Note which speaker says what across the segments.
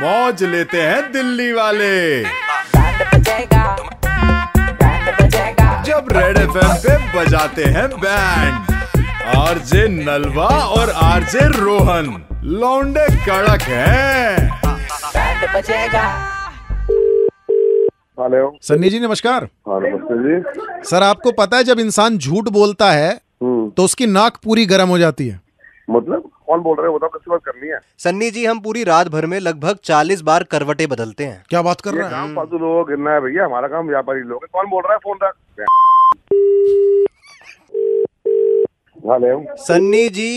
Speaker 1: मौज लेते हैं दिल्ली वाले जब रेड एफ पे बजाते हैं बैंड आरजे नलवा और आरजे रोहन लौंडे कड़क हैं
Speaker 2: हेलो
Speaker 3: सन्नी जी नमस्कार
Speaker 2: हाँ नमस्ते जी
Speaker 3: सर आपको पता है जब इंसान झूठ बोलता है
Speaker 2: हम्म
Speaker 3: तो उसकी नाक पूरी गर्म हो जाती है
Speaker 2: मतलब कौन बोल रहे हो बताओ किसकी बात करनी है
Speaker 3: हम्म।
Speaker 4: सन्नी जी हम पूरी रात भर में लगभग 40 बार करवटें बदलते हैं
Speaker 3: क्या बात कर
Speaker 2: ये
Speaker 3: रहे हैं
Speaker 2: काम फालतू लोगों को गिरना है भैया हमारा काम व्यापारी लोग हैं। कौन बोल रहा है फोन रख हेलो
Speaker 4: सन्नी जी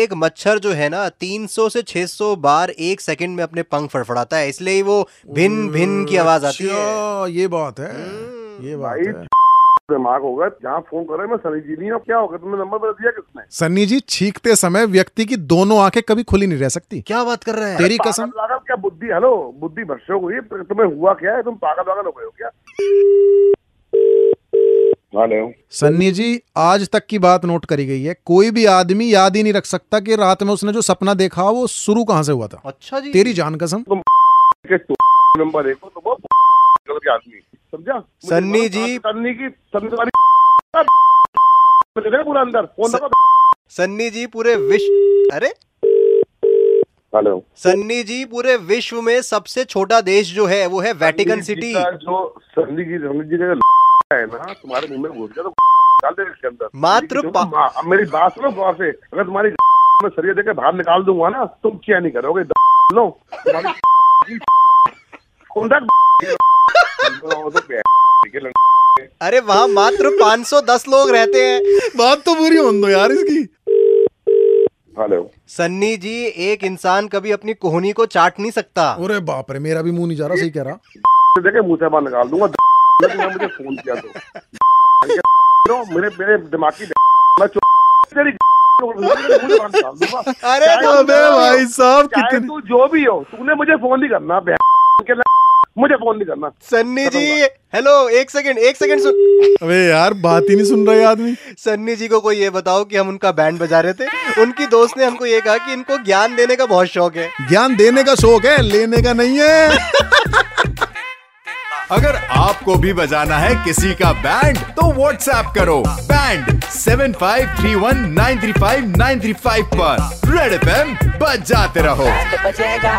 Speaker 4: एक मच्छर जो है ना 300 से 600 बार एक सेकंड में अपने पंख फड़फड़ाता है इसलिए ही वो भिन भिन की आवाज आती है
Speaker 3: अच्छा, ये बात है
Speaker 2: हम्म,
Speaker 3: ये बात है
Speaker 2: दिमाग होगा जहाँ फोन कर रहे हैं, मैं सनी जी नहीं हूँ क्या होगा तुमने नंबर बदल दिया किसने
Speaker 3: सन्नी जी छींकते समय व्यक्ति की दोनों आंखें कभी खुली नहीं रह सकती
Speaker 4: क्या बात कर रहे हैं
Speaker 3: तेरी कसम
Speaker 2: पागल वागल क्या बुद्धि हेलो बुद्धि भ्रष्ट हो गई है? तुम्हें हुआ क्या है तुम पागल वागल हो गए हो क्या हाँ, हेलो
Speaker 3: सन्नी जी आज तक की बात नोट करी गई है कोई भी आदमी याद ही नहीं रख सकता कि रात में उसने जो सपना देखा वो शुरू कहाँ से हुआ था
Speaker 4: अच्छा जी
Speaker 3: तेरी जान कसम
Speaker 2: के तो नंबर देखो तो बहुत कलर के आदमी समझा मुझे
Speaker 4: सन्नी
Speaker 2: बोला,
Speaker 4: जी-
Speaker 2: आप सन्नी की सन्नी तुम्हारी मेरे पूरा अंदर फोन
Speaker 4: स-
Speaker 2: लगा
Speaker 4: सन्नी जी पूरे विश्व अरे
Speaker 2: हेलो
Speaker 4: सन्नी जी पूरे विश्व में सबसे छोटा देश जो है वो है वेटिकन सिटी
Speaker 2: जो सन्नी जी सन्नी जी का है ना तुम्हारे मुंह में घुस गया तो डाल दे इसके अंदर
Speaker 4: मात्र
Speaker 2: सन्नी जी,
Speaker 4: पा-
Speaker 2: तुम- हाँ, अब मेरी बात सुनो गौर से अगर तुम्हारी मैं सरिया देकर बाहर निकाल दूंगा ना तुम क्या नहीं करोगे लो तुम्हारी कौन सा वो तो ठीक है, लड़का।
Speaker 4: अरे वहाँ मात्र 510 लोग रहते हैं
Speaker 3: बात तो पूरी होने दो यार इसकी
Speaker 2: हेलो
Speaker 4: सन्नी जी एक इंसान कभी अपनी कोहनी को चाट नहीं सकता
Speaker 3: अरे बाप रे मेरा भी मुंह नहीं जा रहा सही कह रहा
Speaker 2: देखे मुंह से बाहर निकाल दूंगा तुमने मुझे फोन किया तो लो, मेरे मेरे दिमाग की मैं चो- तेरी मुझे बाहर निकाल दूंगा।
Speaker 4: अरे
Speaker 2: चाहे
Speaker 4: तो
Speaker 2: तू
Speaker 4: बे
Speaker 2: जो भी
Speaker 4: भाई
Speaker 2: हो,
Speaker 3: साहब
Speaker 2: चाहे तू जो भी हो तूने मुझे फोन नहीं करना बहन के ल- मुझे फोन नहीं करना
Speaker 4: सन्नी जी
Speaker 2: खत्म
Speaker 4: हेलो एक सेकंड एक सेकंड सुन
Speaker 3: अबे यार बात ही नहीं सुन रहा ये आदमी
Speaker 4: सन्नी जी को कोई ये बताओ कि हम उनका बैंड बजा रहे थे उनकी दोस्त ने हमको ये कहा कि इनको ज्ञान देने का बहुत शौक है
Speaker 3: ज्ञान देने का शौक है लेने का नहीं है
Speaker 1: अगर आपको भी बजाना है किसी का बैंड तो व्हाट्सएप करो बैंड 7531935935 पर रेड एफ बजाते रहो
Speaker 5: बचेगा